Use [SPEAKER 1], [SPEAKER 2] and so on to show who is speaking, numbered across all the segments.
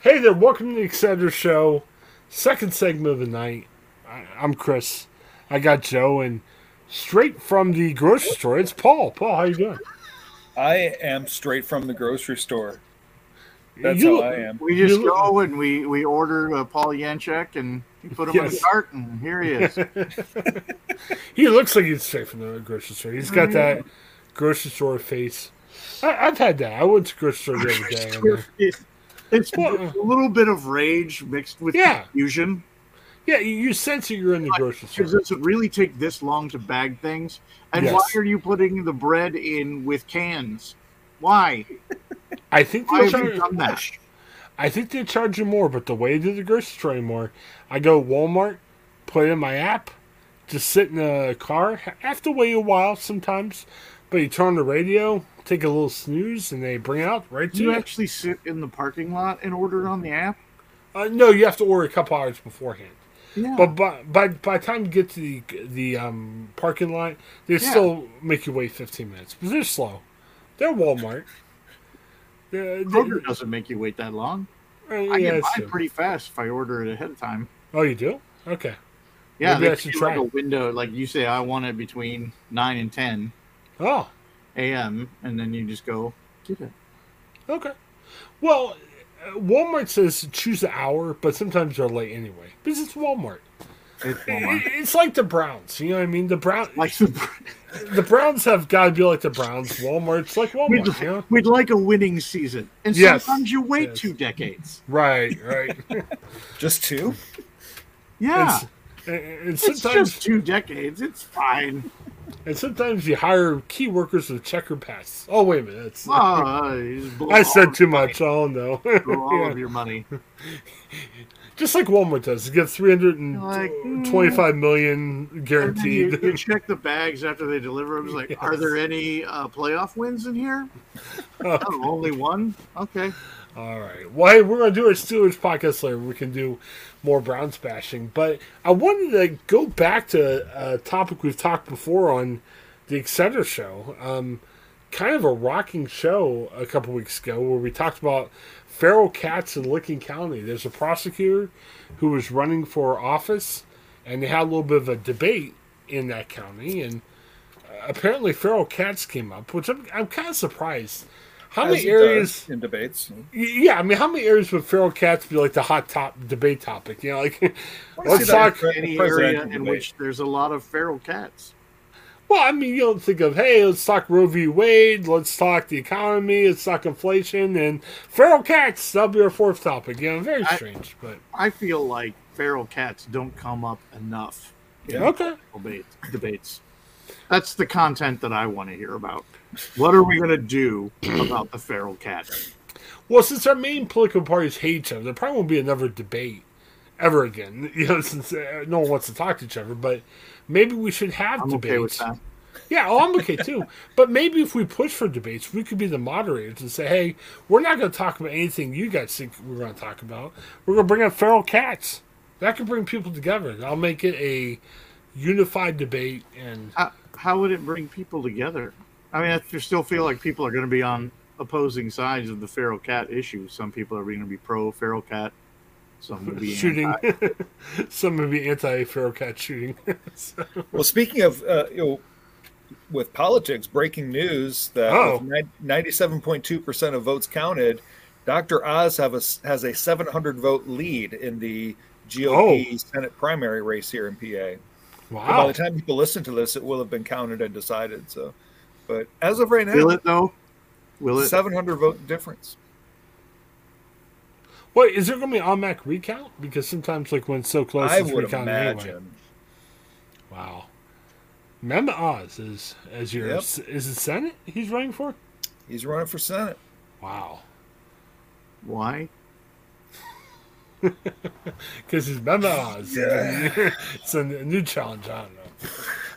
[SPEAKER 1] Hey there, welcome to the Exciter Show, second segment of the night. I, I'm Chris. I got Joe, and straight from the grocery store, it's Paul. Paul, how you doing?
[SPEAKER 2] I am straight from the grocery store. That's
[SPEAKER 1] You-
[SPEAKER 2] how I am.
[SPEAKER 3] We just
[SPEAKER 1] You-
[SPEAKER 3] go and we we order a Paul Yenchek and you put him in
[SPEAKER 1] Yes.
[SPEAKER 3] a cart and here he is.
[SPEAKER 1] He looks like he's straight from the grocery store. He's got that
[SPEAKER 2] Mm-hmm.
[SPEAKER 1] grocery store face. I, I've had that. I went to grocery store the other day. and, uh,
[SPEAKER 3] it's it's
[SPEAKER 1] Well-
[SPEAKER 3] a little bit of rage mixed with
[SPEAKER 1] Yeah.
[SPEAKER 3] confusion
[SPEAKER 1] yeah, you, you sense that you're in the grocery
[SPEAKER 3] because
[SPEAKER 1] store.
[SPEAKER 3] does it really take this long to bag things? And
[SPEAKER 1] Yes.
[SPEAKER 3] why are you putting the bread in with cans? Why?
[SPEAKER 1] I think
[SPEAKER 3] Why
[SPEAKER 1] they're
[SPEAKER 3] have you
[SPEAKER 1] trying-
[SPEAKER 3] done that?
[SPEAKER 1] I think they charge you more, but the way to the grocery store anymore, I go Walmart, put it in my app, just sit in the car. I have to wait a while sometimes, but you turn on the radio, take a little snooze, and they bring it out right to
[SPEAKER 3] Do you
[SPEAKER 1] you.
[SPEAKER 3] actually sit in the parking lot and order on the app?
[SPEAKER 1] Uh, no, you have to order a couple hours beforehand.
[SPEAKER 3] Yeah.
[SPEAKER 1] But by, by by the time you get to the the um, parking lot, they still make you wait fifteen minutes. But they're slow. They're Walmart. They're, uh,
[SPEAKER 3] Kroger doesn't make you wait that long.
[SPEAKER 1] yeah,
[SPEAKER 3] I get
[SPEAKER 1] that's
[SPEAKER 3] mine
[SPEAKER 1] true.
[SPEAKER 3] pretty fast if I order it ahead of time.
[SPEAKER 1] oh, you do? Okay.
[SPEAKER 3] Yeah,
[SPEAKER 1] Maybe I
[SPEAKER 3] they
[SPEAKER 1] should
[SPEAKER 3] give you, like
[SPEAKER 1] try
[SPEAKER 3] a
[SPEAKER 1] it.
[SPEAKER 3] window. Like you say, I want it between nine and ten
[SPEAKER 1] Oh,
[SPEAKER 3] a.m., and then you just go get it.
[SPEAKER 1] Okay. Well, uh, Walmart says choose the hour, but sometimes they're late anyway because it's Walmart.
[SPEAKER 3] It's
[SPEAKER 1] It-
[SPEAKER 3] Walmart.
[SPEAKER 1] It's like the Browns, you know what I mean? The Brown,
[SPEAKER 3] like the,
[SPEAKER 1] the Browns have got to be like the Browns. Walmart's like
[SPEAKER 3] we'd,
[SPEAKER 1] Walmart, you know?
[SPEAKER 3] we'd like a winning season, and
[SPEAKER 1] Yes.
[SPEAKER 3] sometimes you wait
[SPEAKER 1] Yes.
[SPEAKER 3] two decades.
[SPEAKER 1] Right, right. It's-
[SPEAKER 2] Just two?
[SPEAKER 3] Yeah,
[SPEAKER 1] and, and
[SPEAKER 3] it's,
[SPEAKER 1] sometimes,
[SPEAKER 3] just two decades. It's fine.
[SPEAKER 1] and sometimes you hire key workers with checker pass. Oh wait a minute, that's,
[SPEAKER 3] Oh, uh, you just blow
[SPEAKER 1] I
[SPEAKER 3] all-
[SPEAKER 1] said too much. Oh no,
[SPEAKER 3] blow all
[SPEAKER 1] Yeah.
[SPEAKER 3] of your money.
[SPEAKER 1] just like Walmart does, you get three hundred and
[SPEAKER 3] Like, hmm.
[SPEAKER 1] twenty-five million
[SPEAKER 3] And then you,
[SPEAKER 1] guaranteed.
[SPEAKER 3] you check the bags after they deliver them. It's like, are
[SPEAKER 1] Yes.
[SPEAKER 3] there any uh, playoff wins in here?
[SPEAKER 1] Oh.
[SPEAKER 3] Oh, only one. Okay.
[SPEAKER 1] All right. Well, hey, we're going to do a Steelers podcast later. We can do more Browns bashing. But I wanted to go back to a topic we've talked before on the Excenter show. Um, kind of a rocking show a couple weeks ago where we talked about feral cats in Licking County. There's a prosecutor who was running for office, and they had a little bit of a debate in that county. And uh, apparently, feral cats came up, which I'm, I'm kind of surprised. How
[SPEAKER 2] As
[SPEAKER 1] many
[SPEAKER 2] it
[SPEAKER 1] areas.
[SPEAKER 2] does in debates.
[SPEAKER 1] Yeah, I mean, how many areas would feral cats be like the hot top debate topic? You know, like let's
[SPEAKER 2] see that
[SPEAKER 1] talk.
[SPEAKER 2] in pre-
[SPEAKER 3] Any
[SPEAKER 2] presidential
[SPEAKER 3] area in
[SPEAKER 2] debate.
[SPEAKER 3] which there's a lot of feral cats.
[SPEAKER 1] Well, I mean, you don't think of hey, let's talk Roe v. Wade, let's talk the economy, let's talk inflation, and feral cats. That'll be our fourth topic. You know, very
[SPEAKER 3] I-
[SPEAKER 1] strange, but
[SPEAKER 3] I feel like feral cats don't come up enough
[SPEAKER 2] Yeah.
[SPEAKER 1] okay.
[SPEAKER 3] debate, debates. That's the content that I want to hear about. What are we going to do about the feral cat?
[SPEAKER 1] Well, since our main political parties hate each other, there probably won't be another debate ever again. You know, since uh, no one wants to talk to each other, but maybe we should have
[SPEAKER 3] I'm
[SPEAKER 1] debates.
[SPEAKER 3] okay with that.
[SPEAKER 1] Yeah, oh, I'm okay too. but maybe if we push for debates, we could be the moderators and say, hey, we're not going to talk about anything you guys think we're going to talk about. We're going to bring up feral cats. That could bring people together. I'll make it a unified debate. And
[SPEAKER 3] How, how would it bring people together? I mean, I still feel like people are going to be on opposing sides of the feral cat issue. Some people are going to be pro feral cat. Some will be
[SPEAKER 1] shooting,
[SPEAKER 3] anti.
[SPEAKER 1] some would be anti feral cat shooting. So-
[SPEAKER 2] Well, speaking of, uh, you know, with politics, breaking news that
[SPEAKER 1] Oh.
[SPEAKER 2] with nine- 97.2% of votes counted, Dr. Oz have a, s- has a 700 vote lead in the GOP Senate primary race here in PA. But By
[SPEAKER 1] wow.
[SPEAKER 2] the time people listen to this, it will have been counted and decided. So, but as of right
[SPEAKER 3] Will
[SPEAKER 2] now,
[SPEAKER 3] it though? Will it?
[SPEAKER 2] 700 vote difference.
[SPEAKER 1] Wait, is there going to be an automatic recount? Because sometimes, like, when it's so close,
[SPEAKER 2] I
[SPEAKER 1] it's
[SPEAKER 2] would
[SPEAKER 1] recounted
[SPEAKER 2] imagine.
[SPEAKER 1] anyway. Wow. Mem Oz is as your
[SPEAKER 2] Yep.
[SPEAKER 1] is it Senate he's running for?
[SPEAKER 2] He's running for Senate.
[SPEAKER 1] Wow.
[SPEAKER 3] Why?
[SPEAKER 1] Because his memoirs.
[SPEAKER 2] Yeah.
[SPEAKER 1] it's a n- new challenge. I don't know.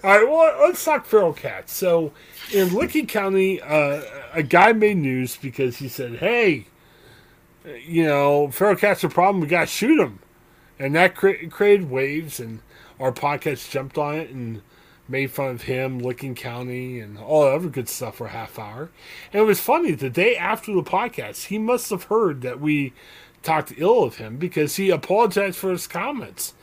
[SPEAKER 1] All right, well, let's talk feral cats. So, in Licking County, uh, a guy made news because he said, "Hey, you know, feral cats are a problem. We got to shoot them," and that cre- created waves. And our podcast jumped on it and made fun of him, Licking County, and all the other good stuff for a half hour. And it was funny. The day after the podcast, he must have heard that we talked ill of him because he apologized for his comments.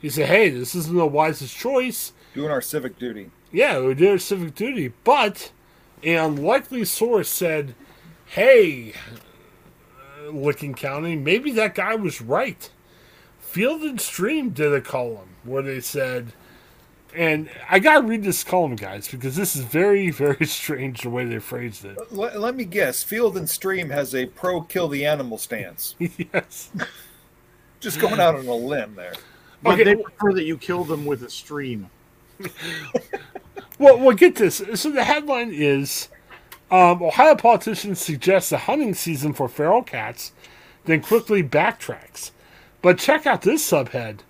[SPEAKER 1] He said, "Hey, this isn't the wisest choice.
[SPEAKER 2] Doing our civic duty."
[SPEAKER 1] Yeah, we did our civic duty, but an unlikely source said, "Hey, uh, Licking County, maybe that guy was right." Field and Stream did a column where they said, and I gotta read this column, guys, because this is very, very strange the way they phrased it.
[SPEAKER 2] Let, let me guess. Field and Stream has a pro kill the animal stance.
[SPEAKER 1] yes.
[SPEAKER 2] Just going out on a limb there.
[SPEAKER 3] But
[SPEAKER 1] Okay.
[SPEAKER 3] they prefer that you kill them with a stream.
[SPEAKER 1] Well, well, get this. So the headline is um, Ohio politician suggests a hunting season for feral cats, then quickly backtracks. But check out this subhead.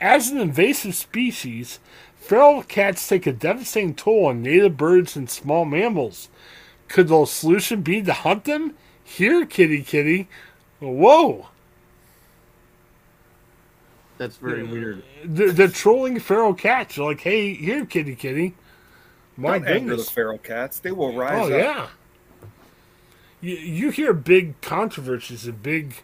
[SPEAKER 1] As an invasive species, feral cats take a devastating toll on native birds and small mammals. Could the solution be to hunt them? Here, kitty kitty. Whoa.
[SPEAKER 3] That's
[SPEAKER 1] Hmm.
[SPEAKER 3] very weird.
[SPEAKER 1] They're, they're trolling feral cats. They're like, hey, here, kitty kitty. My
[SPEAKER 2] Don't anger the
[SPEAKER 1] goodness.
[SPEAKER 2] feral cats. They will
[SPEAKER 1] Oh
[SPEAKER 2] rise up.
[SPEAKER 1] yeah. You you hear big controversies and big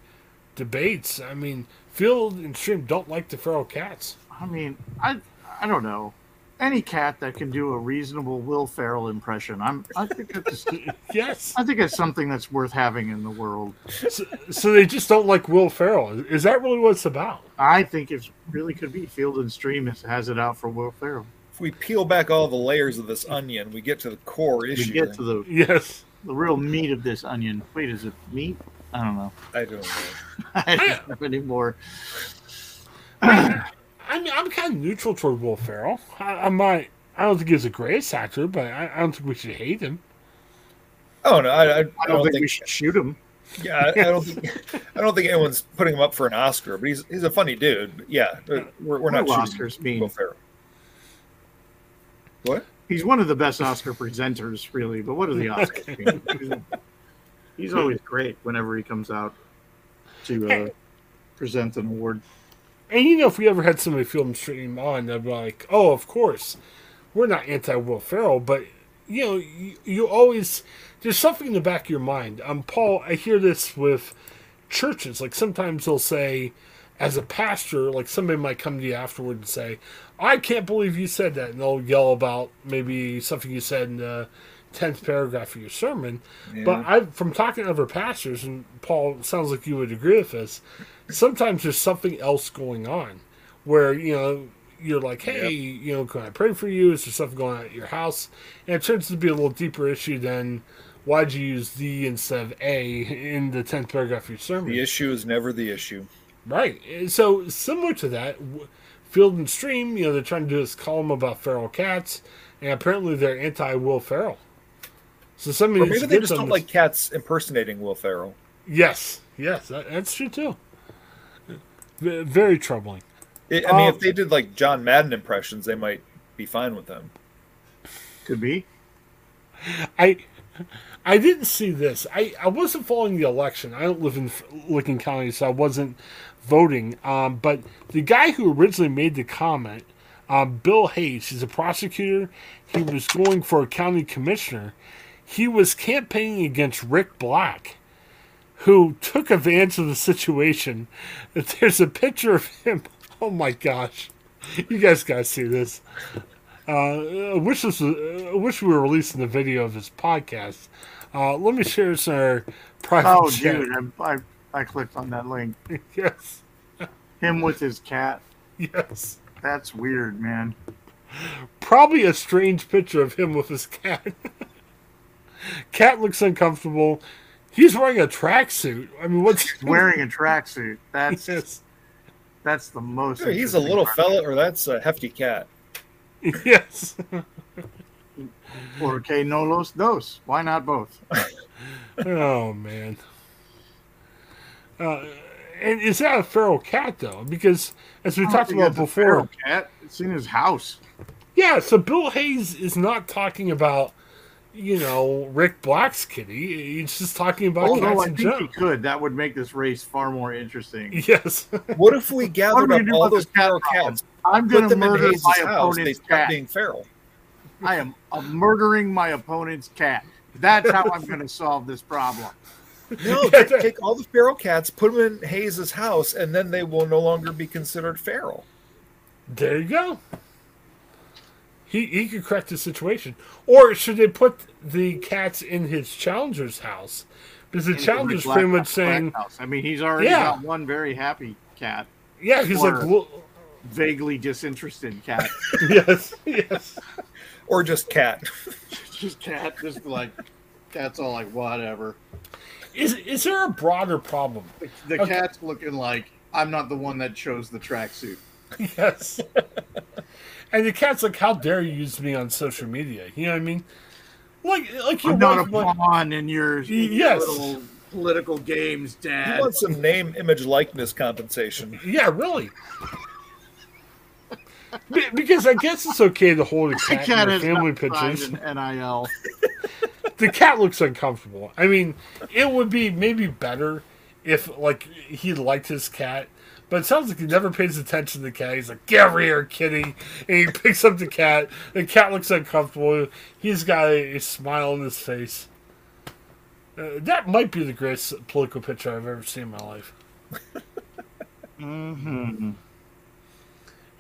[SPEAKER 1] debates. I mean, Field and Stream don't like the feral cats.
[SPEAKER 3] I mean, I I don't know. Any cat that can do a reasonable Will Ferrell impression, I'm I think that's
[SPEAKER 1] Yes.
[SPEAKER 3] I think it's something that's worth having in the world.
[SPEAKER 1] so, so they just don't like Will Ferrell. Is that really what it's about?
[SPEAKER 3] I think it really could be Field and Stream is- has it out for Will Ferrell.
[SPEAKER 2] If we peel back all the layers of this onion, we get to the core
[SPEAKER 3] We
[SPEAKER 2] issue.
[SPEAKER 3] get to the,
[SPEAKER 1] Yes.
[SPEAKER 3] the real meat of this onion. Wait, is it meat? I don't know.
[SPEAKER 2] I don't know.
[SPEAKER 3] I don't know anymore.
[SPEAKER 1] I mean, I'm kind of neutral toward Will Ferrell. I, I'm not. I don't think he's the greatest actor, but I, I don't think we should hate him.
[SPEAKER 2] Oh no, I, I, I
[SPEAKER 3] I don't, think, we should shoot him.
[SPEAKER 2] yeah, I, I don't think I don't think anyone's putting him up for an Oscar, but he's he's a funny dude. But yeah, we're, we're not
[SPEAKER 3] What do
[SPEAKER 2] shooting
[SPEAKER 3] Oscars mean?
[SPEAKER 2] Will Ferrell. What?
[SPEAKER 3] He's one of the best Oscar presenters, really. But what are the Oscars? mean? He's- He's always great whenever he comes out to uh, present an award.
[SPEAKER 1] And you know, if we ever had somebody film stream on, they'd be like, "Oh, of course, we're not anti Will Ferrell," but you know, you, you always there's something in the back of your mind. Um, Paul, I hear this with churches. Like sometimes they'll say, as a pastor, like somebody might come to you afterward and say, "I can't believe you said that," and they'll yell about maybe something you said in the tenth paragraph of your sermon. But I, from talking to other pastors, and Paul it sounds like you would agree with this. Sometimes there's something else going on, where you know you're like, "Hey, you know, can I pray for you? Is there something going on at your house?" And it turns to be a little deeper issue than why'd you use the instead of a in the tenth paragraph of your sermon.
[SPEAKER 2] The issue is never the issue.
[SPEAKER 1] Right. And So similar to that, w- Field and Stream, you know, they're trying to do this column about feral cats, and apparently they're anti Will Ferrell. So some of
[SPEAKER 2] Or
[SPEAKER 1] these
[SPEAKER 2] maybe they
[SPEAKER 1] get
[SPEAKER 2] just don't
[SPEAKER 1] them-
[SPEAKER 2] like cats impersonating Will Ferrell.
[SPEAKER 1] Yes, yes, that, that's true too. V- very troubling.
[SPEAKER 2] I I mean,
[SPEAKER 1] Um,
[SPEAKER 2] if they did like John Madden impressions, they might be fine with them.
[SPEAKER 3] Could be.
[SPEAKER 1] I I didn't see this. I, I wasn't following the election. I don't live in F- Licking County, so I wasn't voting. Um, but the guy who originally made the comment, um, Bill Hayes, he's a prosecutor. He was going for a county commissioner. He was campaigning against Rick Black, who took advantage of the situation. There's a picture of him. Oh my gosh. You guys gotta see this. Uh, I wish this was, I wish we were releasing the video of this podcast. Uh, let me share this in our private
[SPEAKER 3] Oh,
[SPEAKER 1] chat.
[SPEAKER 3] dude, I, I I clicked on that link.
[SPEAKER 1] Yes,
[SPEAKER 3] Him with his cat.
[SPEAKER 1] yes.
[SPEAKER 3] That's weird, man.
[SPEAKER 1] Probably a strange picture of him with his cat. cat looks uncomfortable. He's wearing a tracksuit. I mean, what's
[SPEAKER 3] Wearing a tracksuit. That's
[SPEAKER 1] Yes,
[SPEAKER 3] that's the most.
[SPEAKER 2] Sure, he's a
[SPEAKER 3] interesting
[SPEAKER 2] little
[SPEAKER 3] part.
[SPEAKER 2] fella, or that's a hefty cat.
[SPEAKER 1] yes.
[SPEAKER 3] Porque no los dos. Why not both?
[SPEAKER 1] Oh man. Uh, and is that a feral cat though? Because as we talked about before,
[SPEAKER 3] Feral cat. It's in his house.
[SPEAKER 1] Yeah, so Bill Hayes is not talking about, you know, Rick Black's kitty. He's just talking about
[SPEAKER 3] Although
[SPEAKER 1] cats
[SPEAKER 3] Oh, I
[SPEAKER 1] in
[SPEAKER 3] think
[SPEAKER 1] general.
[SPEAKER 3] he could. That would make this race far more interesting.
[SPEAKER 1] Yes.
[SPEAKER 2] What if we
[SPEAKER 3] What are
[SPEAKER 2] gathered
[SPEAKER 3] we
[SPEAKER 2] up
[SPEAKER 3] gonna do
[SPEAKER 2] all
[SPEAKER 3] about
[SPEAKER 2] those
[SPEAKER 3] this cat
[SPEAKER 2] feral
[SPEAKER 3] problem?
[SPEAKER 2] cats,
[SPEAKER 3] I'm
[SPEAKER 2] put
[SPEAKER 3] going to
[SPEAKER 2] them in
[SPEAKER 3] murder
[SPEAKER 2] Hayes'
[SPEAKER 3] my
[SPEAKER 2] house, they
[SPEAKER 3] opponent's
[SPEAKER 2] stop
[SPEAKER 3] cat.
[SPEAKER 2] being feral?
[SPEAKER 3] I am uh, murdering my opponent's cat. That's how I'm going to solve this problem.
[SPEAKER 2] No,
[SPEAKER 1] Yeah,
[SPEAKER 2] take,
[SPEAKER 1] that-
[SPEAKER 2] take all the feral cats, put them in Hayes's house, and then they will no longer be considered feral.
[SPEAKER 1] There you go. He he could correct the situation. Or should they put the cats in his challenger's house? Because the challenger's
[SPEAKER 3] Black-
[SPEAKER 1] pretty much
[SPEAKER 3] Black
[SPEAKER 1] saying,
[SPEAKER 3] House. I mean, he's already
[SPEAKER 1] Yeah.
[SPEAKER 3] got one very happy cat,
[SPEAKER 1] yeah, he's like,
[SPEAKER 3] Or-
[SPEAKER 1] well,
[SPEAKER 3] vaguely disinterested cat,
[SPEAKER 1] yes, yes.
[SPEAKER 2] Or just cat.
[SPEAKER 3] just cat, just like cat's all like whatever.
[SPEAKER 1] Is is there a broader problem?
[SPEAKER 3] The, the
[SPEAKER 1] Okay.
[SPEAKER 3] cat's looking like I'm not the one that chose the tracksuit.
[SPEAKER 1] Yes. and the cat's like, how dare you use me on social media? You know what I mean? Like like you're
[SPEAKER 3] I'm not a
[SPEAKER 1] walking, like,
[SPEAKER 3] pawn in your, in your
[SPEAKER 1] Yes.
[SPEAKER 3] little political games,
[SPEAKER 2] He
[SPEAKER 3] Dad.
[SPEAKER 2] wants some name, image, likeness compensation.
[SPEAKER 1] yeah, really. Be- because I guess it's okay to hold a
[SPEAKER 3] The
[SPEAKER 1] cat in
[SPEAKER 3] cat
[SPEAKER 1] your
[SPEAKER 3] has
[SPEAKER 1] family
[SPEAKER 3] not signed
[SPEAKER 1] pictures.
[SPEAKER 3] an NIL.
[SPEAKER 1] the cat looks uncomfortable. I mean, it would be maybe better if like he liked his cat, but it sounds like he never pays attention to the cat. He's like, "Get over here, kitty!" And he picks up the cat. The cat looks uncomfortable. He's got a, a smile on his face. Uh, that might be the greatest political picture I've ever seen in my life.
[SPEAKER 3] Mm-hmm.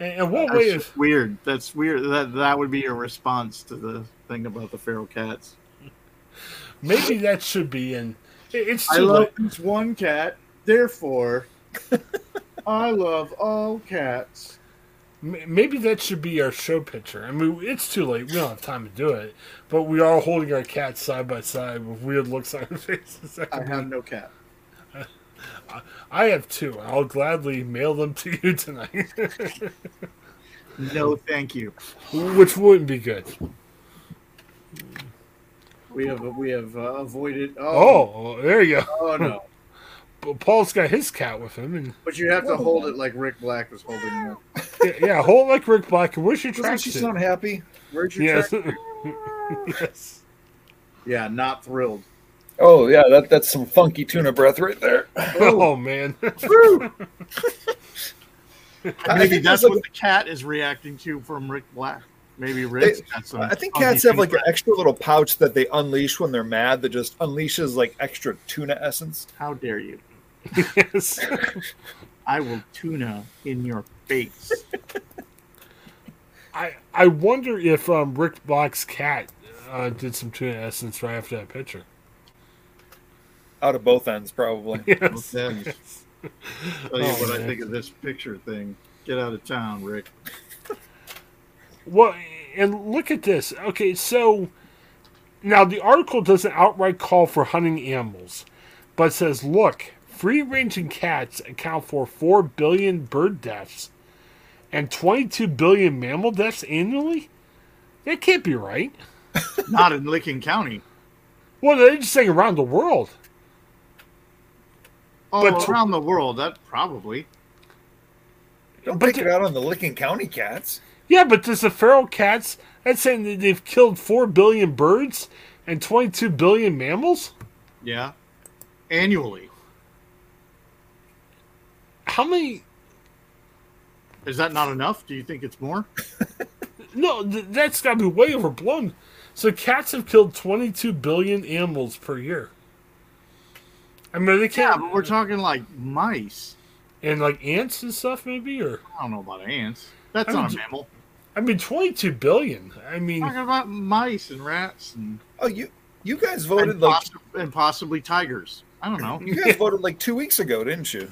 [SPEAKER 1] And, and what
[SPEAKER 3] That's
[SPEAKER 1] way is
[SPEAKER 3] weird. That's weird. That that would be a response to the thing about the feral cats.
[SPEAKER 1] maybe that should be in? it- It's
[SPEAKER 3] I
[SPEAKER 1] too
[SPEAKER 3] love
[SPEAKER 1] late.
[SPEAKER 3] this one cat, therefore I love all cats.
[SPEAKER 1] M- Maybe that should be our show picture. I mean, it's too late. We don't have time to do it. But we are holding our cats side by side with weird looks on our faces. That
[SPEAKER 3] I
[SPEAKER 1] could be-
[SPEAKER 3] have no cat.
[SPEAKER 1] I have two. and I'll gladly mail them to you tonight,
[SPEAKER 3] No, thank you.
[SPEAKER 1] which wouldn't be good.
[SPEAKER 3] We have we have uh, avoided. Oh,
[SPEAKER 1] Oh, well, there you go.
[SPEAKER 3] oh no!
[SPEAKER 1] But Paul's got his cat with him, and
[SPEAKER 3] But you have to hold it like Rick Black was holding you.
[SPEAKER 1] yeah, yeah hold like Rick Black. and Where's your
[SPEAKER 2] Doesn't she
[SPEAKER 1] tracksuit?
[SPEAKER 2] sound happy?
[SPEAKER 3] Where'd you?
[SPEAKER 1] Yes,
[SPEAKER 3] turn?
[SPEAKER 1] yes.
[SPEAKER 3] Yeah, not thrilled.
[SPEAKER 2] Oh yeah, that that's some funky tuna breath right there.
[SPEAKER 1] Oh man.
[SPEAKER 2] I
[SPEAKER 3] Maybe
[SPEAKER 2] think
[SPEAKER 3] that's
[SPEAKER 2] there's, like,
[SPEAKER 3] what the cat is reacting to from Rick Black. Maybe Rick's
[SPEAKER 2] Rick's
[SPEAKER 3] got some.
[SPEAKER 2] I think cats have like an extra little pouch that they unleash when they're mad that just unleashes like extra tuna essence.
[SPEAKER 3] How dare you?
[SPEAKER 1] yes.
[SPEAKER 3] I will tuna in your face.
[SPEAKER 1] I I wonder if um, Rick Black's cat uh, did some tuna essence right after that picture.
[SPEAKER 2] Out of both ends, probably.
[SPEAKER 1] Yes.
[SPEAKER 3] Tell you
[SPEAKER 2] Oh,
[SPEAKER 3] what I
[SPEAKER 1] man.
[SPEAKER 3] think of this picture thing. Get out of town, Rick.
[SPEAKER 1] Well, and look at this. Okay, so now the article doesn't outright call for hunting animals, but says, look, free ranging cats account for 4 billion bird deaths and 22 billion mammal deaths annually? That can't be right.
[SPEAKER 3] Not in Licking County.
[SPEAKER 1] Well, they're just saying around the world.
[SPEAKER 3] Oh,
[SPEAKER 1] But-
[SPEAKER 3] around the world, that probably.
[SPEAKER 2] Don't
[SPEAKER 1] But
[SPEAKER 2] take
[SPEAKER 1] the-
[SPEAKER 2] it out on the Licking County cats.
[SPEAKER 1] Yeah, but does the feral cats, that's saying that they've killed 4 billion birds and 22 billion mammals?
[SPEAKER 3] Yeah. Annually.
[SPEAKER 1] How many?
[SPEAKER 3] Is that not enough? Do you think it's more?
[SPEAKER 1] No, th- that's got to be way overblown. So cats have killed 22 billion animals per year. I mean, they
[SPEAKER 3] Yeah,
[SPEAKER 1] can't.
[SPEAKER 3] but we're talking like mice.
[SPEAKER 1] and like ants and stuff, maybe? Or.
[SPEAKER 3] I don't know about ants. That's
[SPEAKER 1] I'm
[SPEAKER 3] not a
[SPEAKER 1] j-
[SPEAKER 3] mammal.
[SPEAKER 1] I mean, 22 billion. I mean,
[SPEAKER 3] Talking about mice and rats and,
[SPEAKER 2] Oh, you you guys
[SPEAKER 3] and,
[SPEAKER 2] voted like
[SPEAKER 3] possi- and possibly tigers. I don't know.
[SPEAKER 2] you guys voted like two weeks ago, didn't you?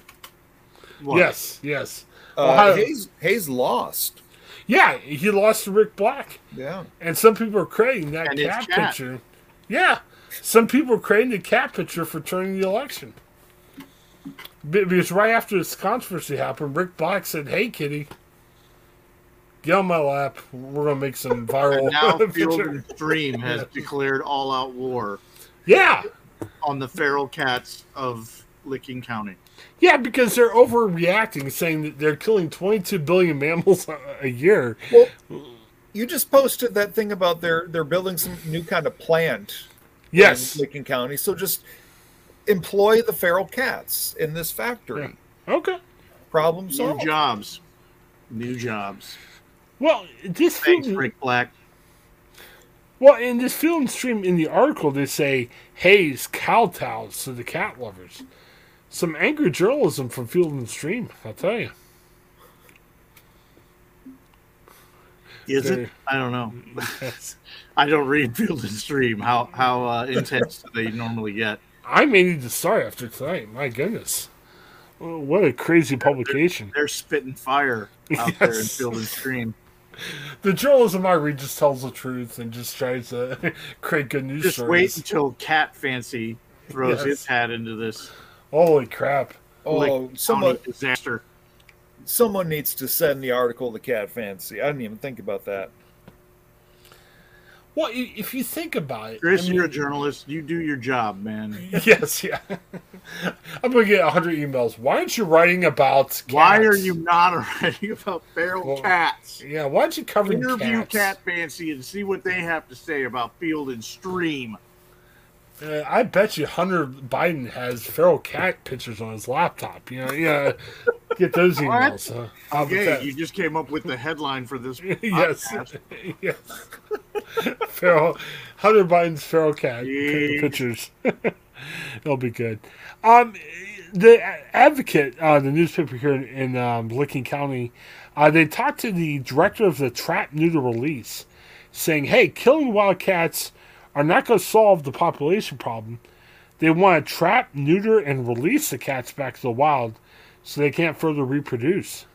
[SPEAKER 3] What?
[SPEAKER 1] yes, yes.
[SPEAKER 2] Uh,
[SPEAKER 1] Ohio-
[SPEAKER 2] Hayes Hayes lost.
[SPEAKER 1] Yeah, he lost to Rick Black.
[SPEAKER 2] Yeah.
[SPEAKER 1] And some people are creating that
[SPEAKER 3] And his
[SPEAKER 1] cat,
[SPEAKER 3] cat.
[SPEAKER 1] picture. Yeah. Some people are creating the cat picture for turning the election. Be- Because right after this controversy happened, Rick Black said, Hey, kitty, get on my lap. We're going to make some viral
[SPEAKER 3] And now Field
[SPEAKER 1] picture.
[SPEAKER 3] and Stream has declared all out war
[SPEAKER 1] Yeah.
[SPEAKER 3] on the feral cats of Licking County.
[SPEAKER 1] Yeah, because they're overreacting, saying that they're killing 22 billion mammals a, a year.
[SPEAKER 2] Well, you just posted that thing about they're they're building some new kind of plant
[SPEAKER 1] Yes.
[SPEAKER 2] in Licking County. So just employ the feral cats in this factory.
[SPEAKER 1] Yeah. Okay.
[SPEAKER 2] Problem
[SPEAKER 3] New
[SPEAKER 1] Oh.
[SPEAKER 2] solved.
[SPEAKER 3] jobs. New jobs.
[SPEAKER 1] Well, this
[SPEAKER 3] Thanks,
[SPEAKER 1] field-
[SPEAKER 3] Rick Black.
[SPEAKER 1] Well, in this film stream, in the article, they say Hayes kowtows to the cat lovers. Some angry journalism from Field and Stream, I'll tell you.
[SPEAKER 3] Is it? I don't know. I don't read Field and Stream. How how uh, intense do they normally get?
[SPEAKER 1] I may need to start after tonight. My goodness. Well, What a crazy publication.
[SPEAKER 3] They're spitting fire out there in
[SPEAKER 1] Yes.
[SPEAKER 3] Field and Stream.
[SPEAKER 1] The journalism I read just tells the truth and just tries to create good news
[SPEAKER 3] Just wait
[SPEAKER 1] stories.
[SPEAKER 3] until Cat Fancy throws
[SPEAKER 1] Yes.
[SPEAKER 3] his hat into this
[SPEAKER 1] Holy crap.
[SPEAKER 2] Oh,
[SPEAKER 3] Lake
[SPEAKER 2] someone
[SPEAKER 3] County disaster.
[SPEAKER 2] someone needs to send the article to Cat Fancy. I didn't even think about that.
[SPEAKER 1] Well, i- if you think about it,
[SPEAKER 3] Chris,
[SPEAKER 1] I mean-
[SPEAKER 3] you're a journalist. You do your job, man.
[SPEAKER 1] yes, yeah. I'm gonna get 100 emails. Why aren't you writing about? Cats?
[SPEAKER 3] Why are you not writing about feral
[SPEAKER 1] Well,
[SPEAKER 3] cats?
[SPEAKER 1] Yeah, why aren't you covering
[SPEAKER 3] Interview
[SPEAKER 1] cats?
[SPEAKER 3] Cat Fancy and see what they have to say about Field and Stream.
[SPEAKER 1] Uh, I bet you Hunter Biden has feral cat pictures on his laptop. You know, yeah. Get those emails. huh? I'll bet
[SPEAKER 3] Okay,
[SPEAKER 1] that-
[SPEAKER 3] you just came up with the headline for this.
[SPEAKER 1] yes,
[SPEAKER 3] podcast.
[SPEAKER 1] yes. feral Hunter Biden's feral cat
[SPEAKER 3] Jeez.
[SPEAKER 1] pictures. It'll be good. Um, the Advocate, uh, the newspaper here in, in um, Licking County, uh, they talked to the director of the Trap Neuter Release, saying, "Hey, killing wildcats are not going to solve the population problem. They want to trap, neuter, and release the cats back to the wild." So they can't further reproduce.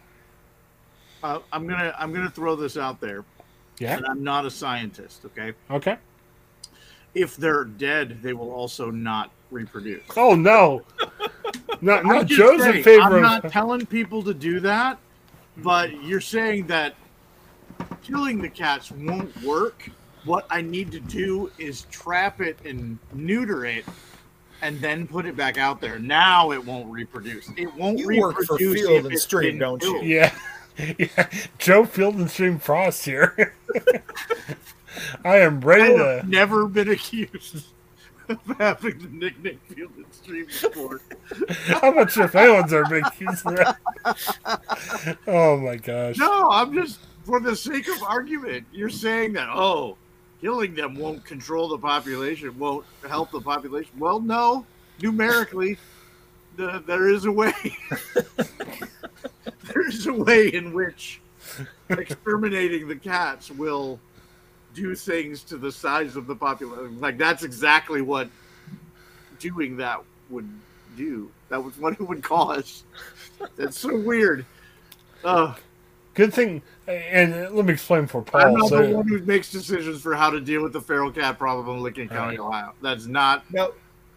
[SPEAKER 3] Uh, I'm gonna I'm gonna throw this out there,
[SPEAKER 1] Yeah.
[SPEAKER 3] and I'm not a scientist. Okay,
[SPEAKER 1] Okay.
[SPEAKER 3] if they're dead, they will also not reproduce.
[SPEAKER 1] Oh no. Not
[SPEAKER 3] I'm
[SPEAKER 1] not
[SPEAKER 3] just
[SPEAKER 1] Joe's
[SPEAKER 3] saying,
[SPEAKER 1] in favor
[SPEAKER 3] I'm
[SPEAKER 1] of
[SPEAKER 3] not telling people to do that, but you're saying that killing the cats won't work. What I need to do is trap it and neuter it, and then put it back out there. Now it won't reproduce. It won't
[SPEAKER 2] You work
[SPEAKER 3] reproduce.
[SPEAKER 2] for Field
[SPEAKER 3] if
[SPEAKER 2] and
[SPEAKER 3] it's
[SPEAKER 2] Stream,
[SPEAKER 3] been
[SPEAKER 2] don't you?
[SPEAKER 3] killed.
[SPEAKER 1] Yeah. yeah. Joe Field and Stream Frost here. I am
[SPEAKER 3] I
[SPEAKER 1] ready
[SPEAKER 3] have
[SPEAKER 1] to
[SPEAKER 3] never been accused of having the nickname Field and Stream before.
[SPEAKER 1] I'm not sure if anyone's ever been accused of that. Oh my gosh.
[SPEAKER 3] No, I'm just for the sake of argument. You're saying that oh, killing them won't control the population, won't help the population. Well, no, numerically, the, there is a way. there is a way in which exterminating the cats will do things to the size of the population. Like that's exactly what doing that would do. That was what it would cause. That's so weird. Uh, Ugh.
[SPEAKER 1] Good thing and let me explain for
[SPEAKER 3] I'm
[SPEAKER 1] Paul.
[SPEAKER 3] not the
[SPEAKER 1] So,
[SPEAKER 3] one who makes decisions for how to deal with the feral cat problem in Lincoln County, Ohio. That's not.
[SPEAKER 2] Now,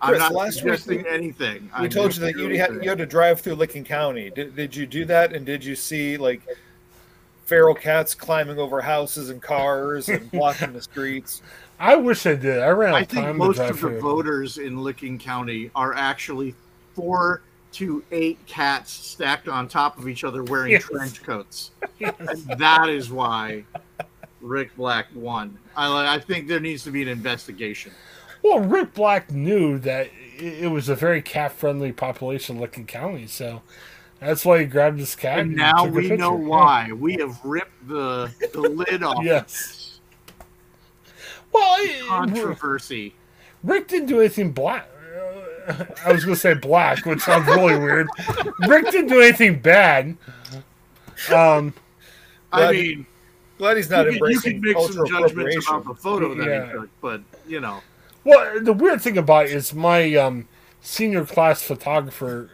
[SPEAKER 3] I'm
[SPEAKER 2] Chris,
[SPEAKER 3] not
[SPEAKER 2] last week
[SPEAKER 3] suggesting anything.
[SPEAKER 2] we
[SPEAKER 3] I'm
[SPEAKER 2] told
[SPEAKER 3] just
[SPEAKER 2] you that you
[SPEAKER 3] doing
[SPEAKER 2] had,
[SPEAKER 3] it.
[SPEAKER 2] you had to drive through Licking County. Did, did you do that? And did you see like feral cats climbing over houses and cars and blocking the streets?
[SPEAKER 1] I wish I did. I ran out
[SPEAKER 3] I
[SPEAKER 1] of
[SPEAKER 3] think
[SPEAKER 1] time to
[SPEAKER 3] most
[SPEAKER 1] drive
[SPEAKER 3] of the
[SPEAKER 1] through.
[SPEAKER 3] voters in Licking County are actually four to eight cats stacked on top of each other wearing
[SPEAKER 1] Yes.
[SPEAKER 3] trench coats. And that is why Rick Black won. I, I think there needs to be an investigation.
[SPEAKER 1] Well, Rick Black knew that i- it was a very cat-friendly population looking county, so that's why he grabbed his cat.
[SPEAKER 3] And now
[SPEAKER 1] took a
[SPEAKER 3] we know
[SPEAKER 1] picture. Yeah.
[SPEAKER 3] why. We have ripped the, the lid off
[SPEAKER 1] Yes. Well, I,
[SPEAKER 3] controversy.
[SPEAKER 1] Rick didn't do anything black. uh, I was gonna say black, which sounds really weird. Rick didn't do anything bad. Um,
[SPEAKER 3] I
[SPEAKER 2] But
[SPEAKER 3] mean,
[SPEAKER 2] Glad he's not
[SPEAKER 3] you, could- you
[SPEAKER 2] embracing
[SPEAKER 3] could make some
[SPEAKER 2] cultural
[SPEAKER 3] judgments about
[SPEAKER 2] appropriation.
[SPEAKER 3] the photo that
[SPEAKER 1] Yeah.
[SPEAKER 3] he took, but you know,
[SPEAKER 1] well, the weird thing about it is my um, senior class photographer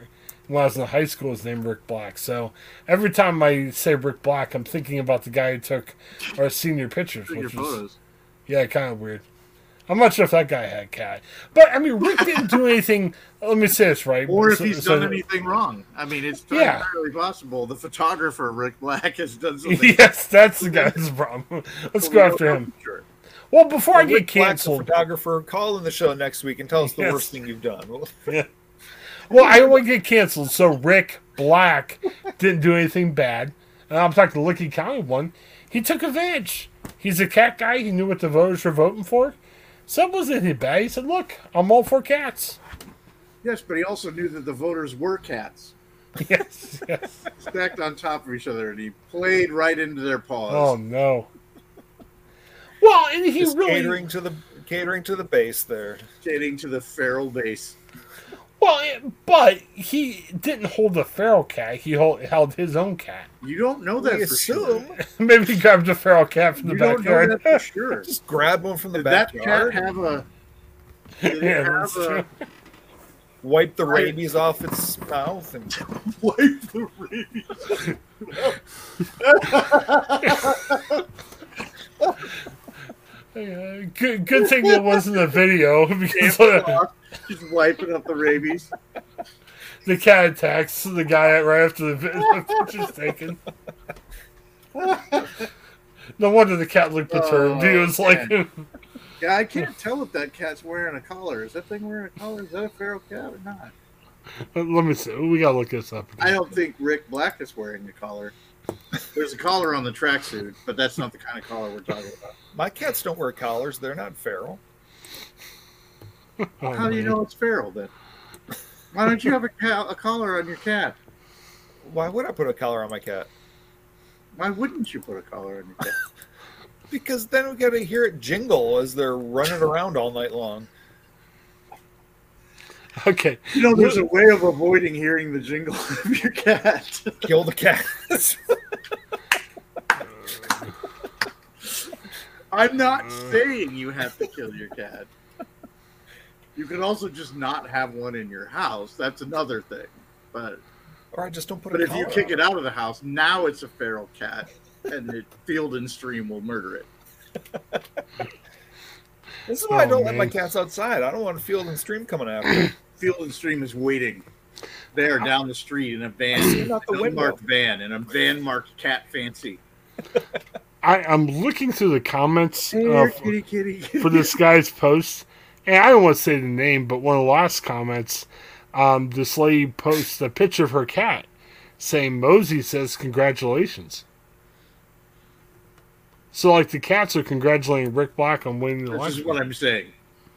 [SPEAKER 1] when I was in high school was named Rick Black. So every time I say Rick Black, I'm thinking about the guy who took our senior pictures,
[SPEAKER 3] your
[SPEAKER 1] which is
[SPEAKER 3] photos.
[SPEAKER 1] Yeah, kind of weird. I'm not sure if that guy had cat, but I mean, Rick didn't do anything. Let me say this right,
[SPEAKER 3] Or if
[SPEAKER 1] So-
[SPEAKER 3] he's
[SPEAKER 1] so-
[SPEAKER 3] done anything wrong. I mean, it's
[SPEAKER 1] Yeah.
[SPEAKER 3] entirely possible. The photographer Rick Black has done something.
[SPEAKER 1] Yes, that's the guy's problem. Let's go after him. Well, before I get
[SPEAKER 2] Rick Black's a
[SPEAKER 1] canceled,
[SPEAKER 2] photographer, call in the show next week and tell us the
[SPEAKER 1] Yes.
[SPEAKER 2] worst thing you've done. Well,
[SPEAKER 1] well, I won't get canceled. So Rick Black didn't do anything bad. And I'm talking the Licking County one. He took advantage. He's a cat guy. He knew what the voters were voting for. So it wasn't anything bad. He said, "Look, I'm all for cats."
[SPEAKER 3] Yes, but he also knew that the voters were cats
[SPEAKER 1] Yes, yes.
[SPEAKER 3] stacked on top of each other, and he played right into their paws.
[SPEAKER 1] Oh no. Oh, Well, and he
[SPEAKER 2] Just
[SPEAKER 1] really
[SPEAKER 2] catering to the catering to the base there.
[SPEAKER 3] getting to the feral base.
[SPEAKER 1] well, it- but he didn't hold the feral cat. He hold, held his own cat.
[SPEAKER 3] You don't know
[SPEAKER 2] We
[SPEAKER 3] that for sure.
[SPEAKER 2] assume
[SPEAKER 1] Maybe he grabbed a feral cat from the
[SPEAKER 3] You don't know
[SPEAKER 1] backyard.
[SPEAKER 3] that for sure.
[SPEAKER 2] just grab one from the
[SPEAKER 3] Did that
[SPEAKER 2] backyard,
[SPEAKER 3] cat have a? Did
[SPEAKER 1] Yeah,
[SPEAKER 3] it have
[SPEAKER 1] that's
[SPEAKER 3] a
[SPEAKER 2] wipe the rabies off its mouth, and
[SPEAKER 3] wipe the rabies?
[SPEAKER 1] Yeah, good, good thing that wasn't a video because uh,
[SPEAKER 3] off? Just wiping up the rabies.
[SPEAKER 1] the cat attacks the guy right after the, vi- the picture's taken. No wonder the cat looked perturbed. he
[SPEAKER 3] Oh,
[SPEAKER 1] was like,
[SPEAKER 3] Yeah, I can't tell if that cat's wearing a collar. Is that thing wearing a collar? Is that a feral cat or not?
[SPEAKER 1] "Let me see. We gotta look this up."
[SPEAKER 3] I don't think Rick Black is wearing a collar. There's a collar on the tracksuit, but that's not the kind of collar we're talking about.
[SPEAKER 2] my cats don't wear collars; they're not feral.
[SPEAKER 1] Oh,
[SPEAKER 3] How do you
[SPEAKER 1] man.
[SPEAKER 3] know it's feral then? Why don't you have a, ca- a collar on your cat?
[SPEAKER 2] Why would I put a collar on my cat?
[SPEAKER 3] Why wouldn't you put a collar on your cat?
[SPEAKER 2] Because then we gotta hear it jingle as they're running around all night long.
[SPEAKER 1] Okay,
[SPEAKER 3] You know, there's a way of avoiding hearing the jingle of your cat.
[SPEAKER 2] Kill the cats.
[SPEAKER 3] I'm not saying you have to kill your cat. You could also just not have one in your house. That's another thing. But
[SPEAKER 2] or I just don't put
[SPEAKER 3] but
[SPEAKER 2] a
[SPEAKER 3] if
[SPEAKER 2] collar
[SPEAKER 3] you kick
[SPEAKER 2] on.
[SPEAKER 3] it out of the house, now it's a feral cat, and the field and stream will murder it.
[SPEAKER 2] This is why I
[SPEAKER 1] Oh,
[SPEAKER 2] don't let my
[SPEAKER 1] man.
[SPEAKER 2] cats outside. I don't want field and stream coming after me.
[SPEAKER 3] Field and stream is waiting there down the street in a van,
[SPEAKER 2] Ah. out the
[SPEAKER 3] an unmarked van, in a van marked cat fancy.
[SPEAKER 1] I, I'm looking through the comments
[SPEAKER 2] Oh,
[SPEAKER 1] uh,
[SPEAKER 3] Here, kitty, kitty, kitty.
[SPEAKER 1] for this guy's post, and I don't want to say the name, but one of the last comments, um, this lady posts a picture of her cat, saying Mosey says congratulations. So like the cats are congratulating Rick Black on winning the
[SPEAKER 3] This
[SPEAKER 1] election.
[SPEAKER 3] is what I'm saying.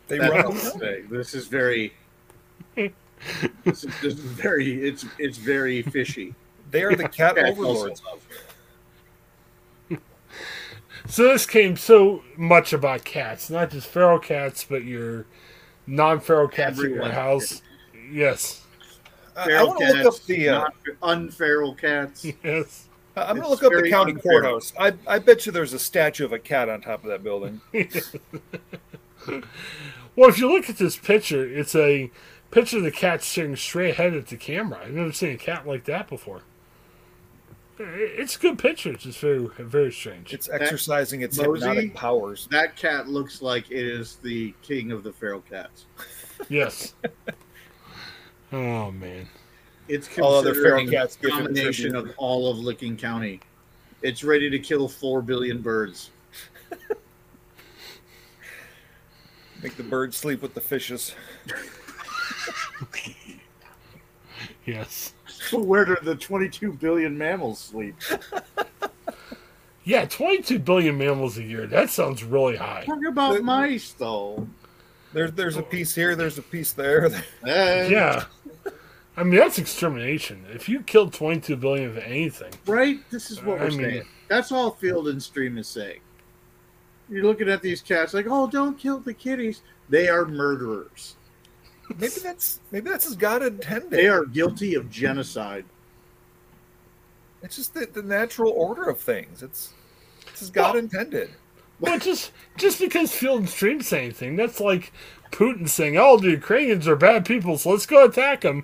[SPEAKER 2] They
[SPEAKER 3] That's
[SPEAKER 2] run
[SPEAKER 3] what I'm
[SPEAKER 2] around.
[SPEAKER 3] saying. This is very. This is, this is very. It's it's very fishy.
[SPEAKER 2] They are the cat
[SPEAKER 3] Cats
[SPEAKER 2] overlords.
[SPEAKER 1] So this came so much about cats, not just feral cats, but your non-feral cats in your
[SPEAKER 3] Everyone.
[SPEAKER 1] house. Yes,
[SPEAKER 2] I, I
[SPEAKER 3] Feral
[SPEAKER 2] want to look up
[SPEAKER 3] cats,
[SPEAKER 2] the. Uh,
[SPEAKER 3] not unferal cats.
[SPEAKER 1] yes.
[SPEAKER 2] I'm gonna
[SPEAKER 3] It's
[SPEAKER 2] look up the
[SPEAKER 3] very
[SPEAKER 2] county
[SPEAKER 3] unfair.
[SPEAKER 2] courthouse. I, I bet you there's a statue of a cat on top of that building.
[SPEAKER 1] Well, if you look at this picture, it's a picture of the cat staring straight ahead at the camera. I've never seen a cat like that before. I- It's a good picture. It's just very, very strange.
[SPEAKER 2] It's exercising its
[SPEAKER 3] Mosey?
[SPEAKER 2] hypnotic powers.
[SPEAKER 3] That cat looks like it is the king of the feral cats.
[SPEAKER 1] yes. oh man.
[SPEAKER 3] It's
[SPEAKER 2] All other feral
[SPEAKER 3] considering
[SPEAKER 2] cats give him
[SPEAKER 3] domination
[SPEAKER 2] tribute.
[SPEAKER 3] of all of Licking County. It's ready to kill four billion birds.
[SPEAKER 2] Make the birds sleep with the fishes.
[SPEAKER 1] Yes.
[SPEAKER 3] But where do the twenty-two billion mammals sleep?
[SPEAKER 1] Yeah, 22 billion mammals a year. That sounds really high.
[SPEAKER 3] Talk about
[SPEAKER 2] The-
[SPEAKER 3] mice, though.
[SPEAKER 2] There's
[SPEAKER 3] Oh.
[SPEAKER 2] there's a piece here. There's a piece there.
[SPEAKER 3] Eh,
[SPEAKER 1] Yeah. I mean, that's extermination. If you killed 22 billion of anything,
[SPEAKER 3] Right? This is what
[SPEAKER 1] I
[SPEAKER 3] we're
[SPEAKER 1] mean-
[SPEAKER 3] saying. That's all Field and Stream is saying. You're looking at these cats like, oh, don't kill the kitties. They are murderers.
[SPEAKER 2] Maybe that's maybe that's as God intended.
[SPEAKER 3] They are guilty of genocide.
[SPEAKER 2] It's just the, the natural order of things. It's it's as God
[SPEAKER 1] Well-
[SPEAKER 2] intended.
[SPEAKER 1] Well, just just because Field and Stream say anything, that's like Putin saying, "Oh, the Ukrainians are bad people, so let's go attack them."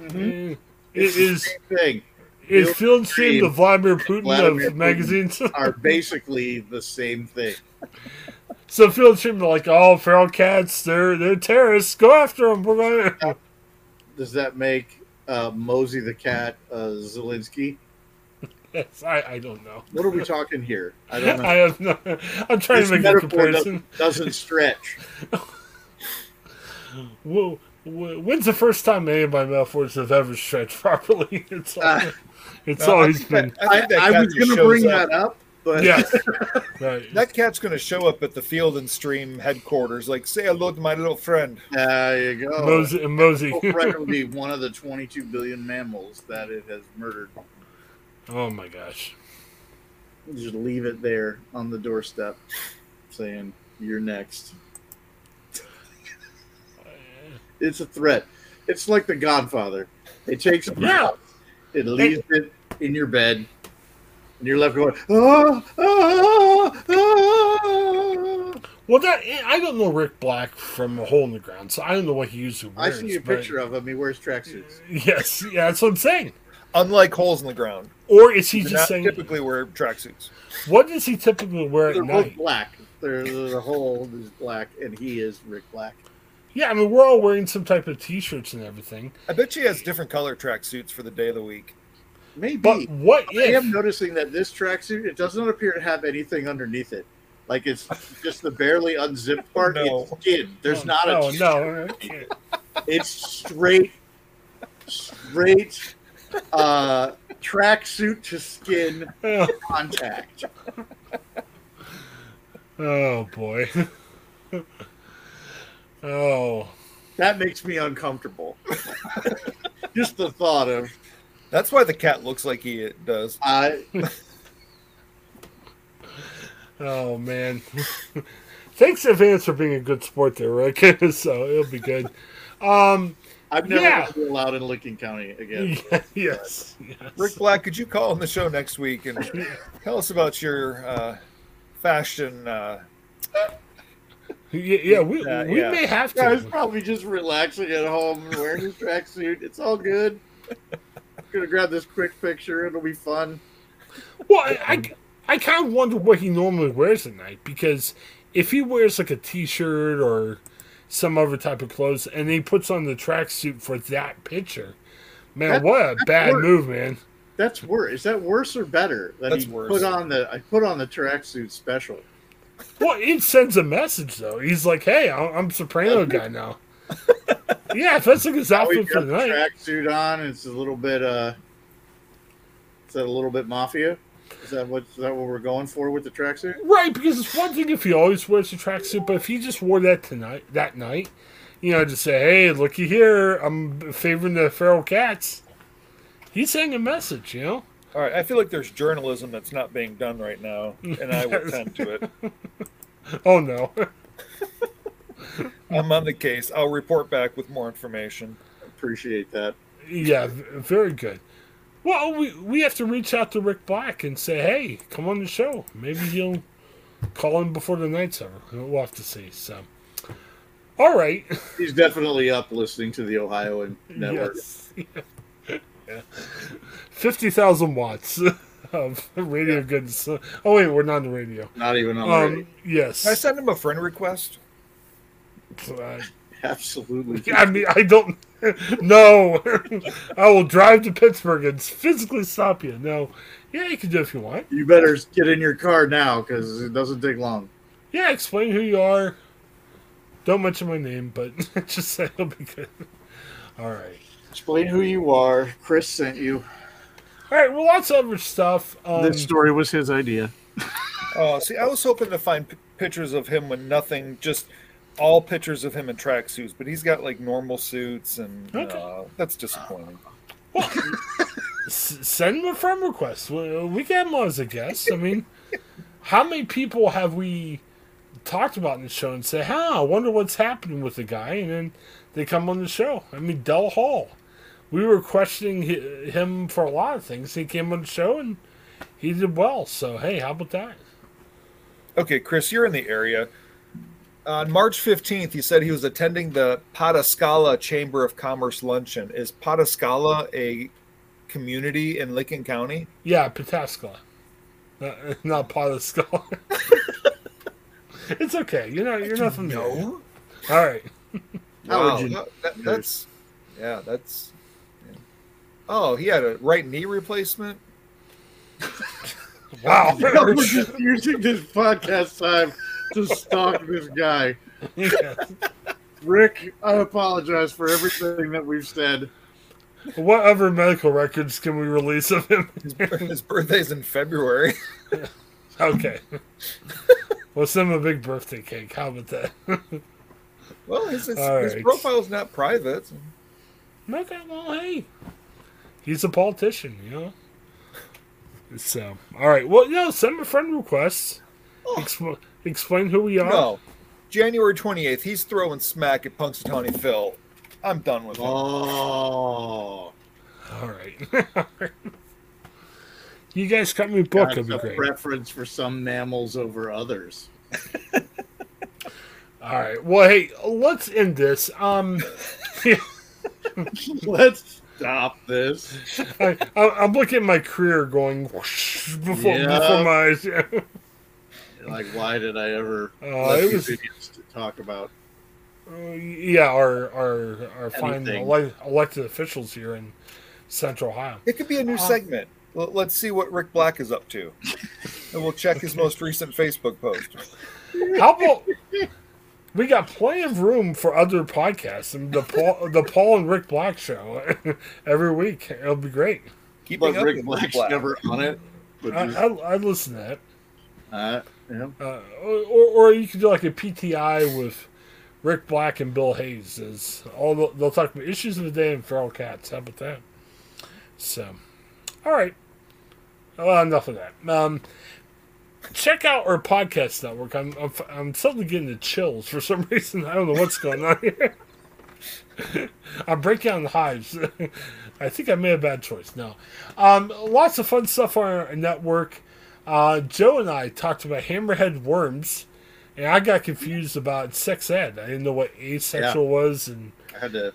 [SPEAKER 1] Eh, It is
[SPEAKER 3] Same thing
[SPEAKER 1] is
[SPEAKER 3] Mm-hmm. Field
[SPEAKER 1] Field and Stream the
[SPEAKER 3] Stream
[SPEAKER 1] Vladimir Putin
[SPEAKER 3] Vladimir
[SPEAKER 1] of
[SPEAKER 3] Putin.
[SPEAKER 1] magazines?
[SPEAKER 3] are basically the same thing.
[SPEAKER 1] so Field and Stream are like, "Oh, feral cats, they're they're terrorists. Go after them." We're gonna...
[SPEAKER 3] Does that make uh, Mosey the cat uh, Zelensky?
[SPEAKER 1] yes, I, I don't know.
[SPEAKER 3] What are we talking here? I don't know.
[SPEAKER 1] I have no. I'm trying
[SPEAKER 3] This
[SPEAKER 1] to make a
[SPEAKER 3] metaphor
[SPEAKER 1] comparison.
[SPEAKER 3] doesn't, doesn't stretch.
[SPEAKER 1] Whoa. wh- When's the first time any of my metaphors have ever stretched properly? It's all,
[SPEAKER 3] Uh,
[SPEAKER 1] it's
[SPEAKER 2] No, I
[SPEAKER 1] always
[SPEAKER 2] think that-
[SPEAKER 1] been
[SPEAKER 2] I,
[SPEAKER 3] I,
[SPEAKER 2] think that
[SPEAKER 3] I
[SPEAKER 2] cat
[SPEAKER 3] was
[SPEAKER 2] just
[SPEAKER 3] going to
[SPEAKER 2] shows
[SPEAKER 3] bring
[SPEAKER 2] up.
[SPEAKER 3] that up, but
[SPEAKER 1] yeah, right.
[SPEAKER 2] That cat's going to show up at the Field and Stream headquarters. Like, say hello to my little friend.
[SPEAKER 3] there you go.
[SPEAKER 1] Mosey, Mosey.
[SPEAKER 3] Wolf Rider will be one of the 22 billion mammals that it has murdered.
[SPEAKER 1] Oh my gosh.
[SPEAKER 3] Just leave it there on the doorstep. saying you're next. it's a threat. It's like The Godfather. It takes a
[SPEAKER 1] Yeah.
[SPEAKER 3] It leaves it in your bed, and you're left going, ah, ah, ah.
[SPEAKER 1] Well, that I don't know Rick Black from a hole in the ground, so I don't know what he usually
[SPEAKER 3] I
[SPEAKER 1] wears.
[SPEAKER 3] see a
[SPEAKER 1] but-
[SPEAKER 3] picture of him. He wears tracksuits.
[SPEAKER 1] Yes, yeah, that's what I'm saying.
[SPEAKER 2] Unlike holes in the ground,
[SPEAKER 1] Or is he
[SPEAKER 2] they
[SPEAKER 1] just
[SPEAKER 2] not
[SPEAKER 1] saying?
[SPEAKER 2] typically wear tracksuits.
[SPEAKER 1] What does he typically wear at
[SPEAKER 3] They're both
[SPEAKER 1] night?
[SPEAKER 3] black. They're, the whole is black, and he is Rick Black.
[SPEAKER 1] Yeah, I mean we're all wearing some type of T-shirts and everything.
[SPEAKER 2] I bet she has different color tracksuits for the day of the week.
[SPEAKER 3] Maybe.
[SPEAKER 1] But what
[SPEAKER 3] I
[SPEAKER 1] if?
[SPEAKER 3] am noticing that this tracksuit it does not appear to have anything underneath it. Like it's just the barely unzipped part.
[SPEAKER 2] No.
[SPEAKER 3] It's skin. There's
[SPEAKER 1] Oh,
[SPEAKER 3] not a.
[SPEAKER 1] no, no. I can't.
[SPEAKER 3] It's straight, straight uh, tracksuit to skin
[SPEAKER 1] Oh,
[SPEAKER 3] contact.
[SPEAKER 1] oh boy. oh,
[SPEAKER 3] That makes me uncomfortable. just the thought of
[SPEAKER 2] That's why the cat looks like he does.
[SPEAKER 3] I.
[SPEAKER 1] oh man. Thanks in advance for being a good sport there, Rick. so it'll be good. Um,
[SPEAKER 3] I'm never
[SPEAKER 1] Yeah.
[SPEAKER 3] going to be allowed in Lincoln County again.
[SPEAKER 1] yes, yes.
[SPEAKER 2] Rick Black, could you call on the show next week and tell us about your uh, fashion? Uh,
[SPEAKER 1] Yeah, yeah we,
[SPEAKER 2] Uh,
[SPEAKER 1] we
[SPEAKER 2] yeah.
[SPEAKER 1] may have
[SPEAKER 3] Yeah, he's
[SPEAKER 1] to.
[SPEAKER 3] probably just relaxing at home, wearing his tracksuit. It's all good. I'm gonna grab this quick picture. It'll be fun.
[SPEAKER 1] Well, I, I, I kind of wonder what he normally wears at night because if he wears like a t-shirt or some other type of clothes and he puts on the tracksuit for that picture, man,
[SPEAKER 3] That-
[SPEAKER 1] what a bad
[SPEAKER 3] worse.
[SPEAKER 1] move, man.
[SPEAKER 3] That's worse. Is that worse or better? That
[SPEAKER 2] That's
[SPEAKER 3] he
[SPEAKER 2] worse.
[SPEAKER 3] Put on the I put on the tracksuit special.
[SPEAKER 1] Well, it sends a message though. He's like, hey, I'm, I'm Soprano guy now. yeah, if that's like his
[SPEAKER 3] Now
[SPEAKER 1] outfit
[SPEAKER 3] he's
[SPEAKER 1] for
[SPEAKER 3] got
[SPEAKER 1] the
[SPEAKER 3] the
[SPEAKER 1] night.
[SPEAKER 3] tracksuit on. and It's a little bit. uh Is that a little bit mafia? Is that what is that what we're going for with the tracksuit?
[SPEAKER 1] Right, because it's one thing if he always wears a tracksuit, but if he just wore that tonight, that night, you know, just say, "Hey, looky here, I'm favoring the feral cats." He's sending a message, you know.
[SPEAKER 2] all right, I feel like there's journalism that's not being done right now, and I will tend to it.
[SPEAKER 1] Oh no,
[SPEAKER 2] I'm on the case. I'll report back with more information.
[SPEAKER 3] Appreciate that.
[SPEAKER 1] yeah, v- very good. Well, we we have to reach out to Rick Black and say, "Hey, come on the show." Maybe he'll call in before the night's over. We'll have to see. So, all right.
[SPEAKER 3] He's definitely up listening to the Ohioan network.
[SPEAKER 1] Yes. Yeah. Fifty thousand watts of radio goodness. Oh wait, we're not on the radio.
[SPEAKER 3] Not even on. the radio.
[SPEAKER 1] Um,
[SPEAKER 2] Can I
[SPEAKER 1] yes.
[SPEAKER 2] send him a friend request?
[SPEAKER 1] Uh,
[SPEAKER 3] Absolutely.
[SPEAKER 1] I mean, I don't. No, I will drive to Pittsburgh and physically stop you. No, yeah, you can do it if you want.
[SPEAKER 3] You better get in your car now because it doesn't take long.
[SPEAKER 1] Yeah, explain who you are. Don't mention my name, but just say it'll be good. All right.
[SPEAKER 3] Explain who you are. Chris sent you.
[SPEAKER 1] All right. Well, lots of other stuff. Um,
[SPEAKER 3] this story was his idea.
[SPEAKER 2] Oh, see, I was hoping to find p- pictures of him with nothing, just all pictures of him in tracksuits, but he's got like normal suits, and
[SPEAKER 1] Okay.
[SPEAKER 2] uh, that's disappointing.
[SPEAKER 1] S- send him a friend request. We we can have him on as a guest. I mean, how many people have we talked about in the show and say, "Huh, I wonder what's happening with the guy," and then they come on the show. I mean, Del Hall. We were questioning hi- him for a lot of things. He came on the show and he did well. So hey, how about that?
[SPEAKER 2] Okay, Chris, you're in the area. On March 15th, you said he was attending the Potascala Chamber of Commerce luncheon. Is Potascala a community in Licking County?
[SPEAKER 1] Yeah, Pataskala. Not, not part of skull. it's okay. You're not. You're not from the area. All right.
[SPEAKER 3] How
[SPEAKER 2] Wow,
[SPEAKER 3] would you-
[SPEAKER 2] that- that- that's yeah, that's. yeah. Oh, he had a right knee replacement.
[SPEAKER 1] Wow.
[SPEAKER 3] We're just using this podcast time to stalk this guy.
[SPEAKER 1] Yeah.
[SPEAKER 3] Rick, I apologize for everything that we've said.
[SPEAKER 1] What other medical records can we release of him?
[SPEAKER 2] His, his birthday's in February.
[SPEAKER 1] okay. we'll send him a big birthday cake. How about that?
[SPEAKER 2] Well, his, his,
[SPEAKER 1] All
[SPEAKER 2] his
[SPEAKER 1] right.
[SPEAKER 2] profile's not private.
[SPEAKER 1] okay, well, hey. He's a politician, you know? So, all right. Well, no, send him a friend request. Expl- Explain who we are.
[SPEAKER 2] No, January 28th, he's throwing smack at Punxsutawney Phil. I'm done with him.
[SPEAKER 3] Oh,
[SPEAKER 1] All right. you guys got me a book.
[SPEAKER 3] that's
[SPEAKER 1] That'd be great.
[SPEAKER 3] a preference for some mammals over others.
[SPEAKER 1] All right. Well, hey, let's end this. Um,
[SPEAKER 3] Let's stop this.
[SPEAKER 1] I, I, I'm looking at my career going whoosh before,
[SPEAKER 3] Yeah.
[SPEAKER 1] before my eyes. Uh, Yeah.
[SPEAKER 3] Like, why did I ever
[SPEAKER 1] Uh,
[SPEAKER 3] let
[SPEAKER 1] it
[SPEAKER 3] these
[SPEAKER 1] was-
[SPEAKER 3] idiots to talk about?
[SPEAKER 1] Uh, yeah, our our our fine
[SPEAKER 3] Anything.
[SPEAKER 1] ele- elected officials here in Central Ohio.
[SPEAKER 2] It could be a new segment. L- Let's see what Rick Black is up to. and we'll check his most recent Facebook post.
[SPEAKER 1] How about we got plenty of room for other podcasts and the Paul the Paul and Rick Black show every week. It'll be great.
[SPEAKER 2] Keeping
[SPEAKER 3] But
[SPEAKER 2] up
[SPEAKER 3] Rick
[SPEAKER 2] with
[SPEAKER 3] Black's never on it. But
[SPEAKER 1] I I, I listen to that.
[SPEAKER 3] uh, yeah.
[SPEAKER 1] Uh, or, or you could do like a PTI with Rick Black and Bill Hayes. Is all they'll, they'll talk about issues of the day and feral cats. How about that? So, all right. Well, enough of that. Um, check out our podcast network. I'm, I'm I'm suddenly getting the chills for some reason. I don't know what's going on here. I'm breaking down the hives. I think I made a bad choice. No, um, lots of fun stuff on our network. Uh, Joe and I talked about hammerhead worms, and I got confused about sex ed. I didn't know what asexual was and
[SPEAKER 3] I had to.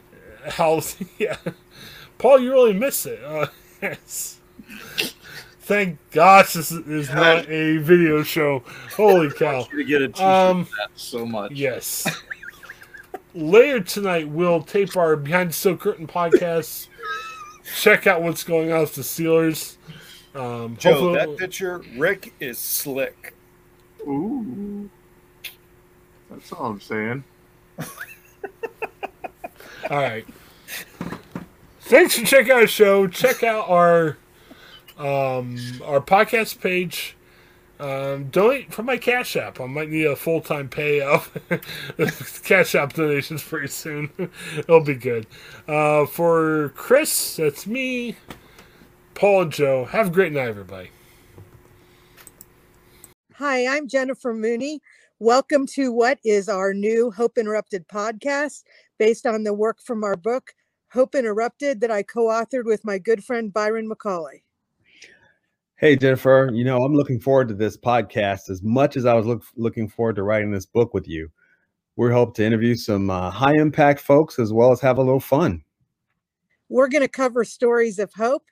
[SPEAKER 1] how. Yeah, Paul, you really missed it. Uh, yes. Thank gosh, this is- is not a video show. Holy cow!
[SPEAKER 3] to get a t-shirt
[SPEAKER 1] Oh. Um,
[SPEAKER 3] for that so much.
[SPEAKER 1] Yes. Later tonight, we'll tape our Behind the Steel Curtain podcast. Check out what's going on with the Steelers. Um,
[SPEAKER 2] Joe,
[SPEAKER 1] hopefully-
[SPEAKER 2] that picture, Rick is slick.
[SPEAKER 3] Ooh. That's all I'm saying.
[SPEAKER 1] All right. Thanks for checking out our show. Check out our um, our podcast page. Um, donate from my Cash App. I might need a full time payout. Cash App donations pretty soon. It'll be good. Uh, for Chris, that's me. Paul and Joe. Have a great night, everybody.
[SPEAKER 4] Hi, I'm Jennifer Mooney. Welcome to what is our new Hope Interrupted podcast based on the work from our book, Hope Interrupted, that I co authored with my good friend Byron McCauley.
[SPEAKER 5] Hey, Jennifer, you know, I'm looking forward to this podcast as much as I was look, looking forward to writing this book with you. We hope to interview some uh, high impact folks as well as have a little fun.
[SPEAKER 4] We're going to cover stories of hope.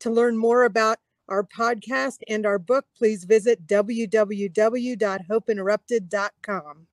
[SPEAKER 4] To learn more about our podcast and our book, please visit www.hopeinterrupted.com.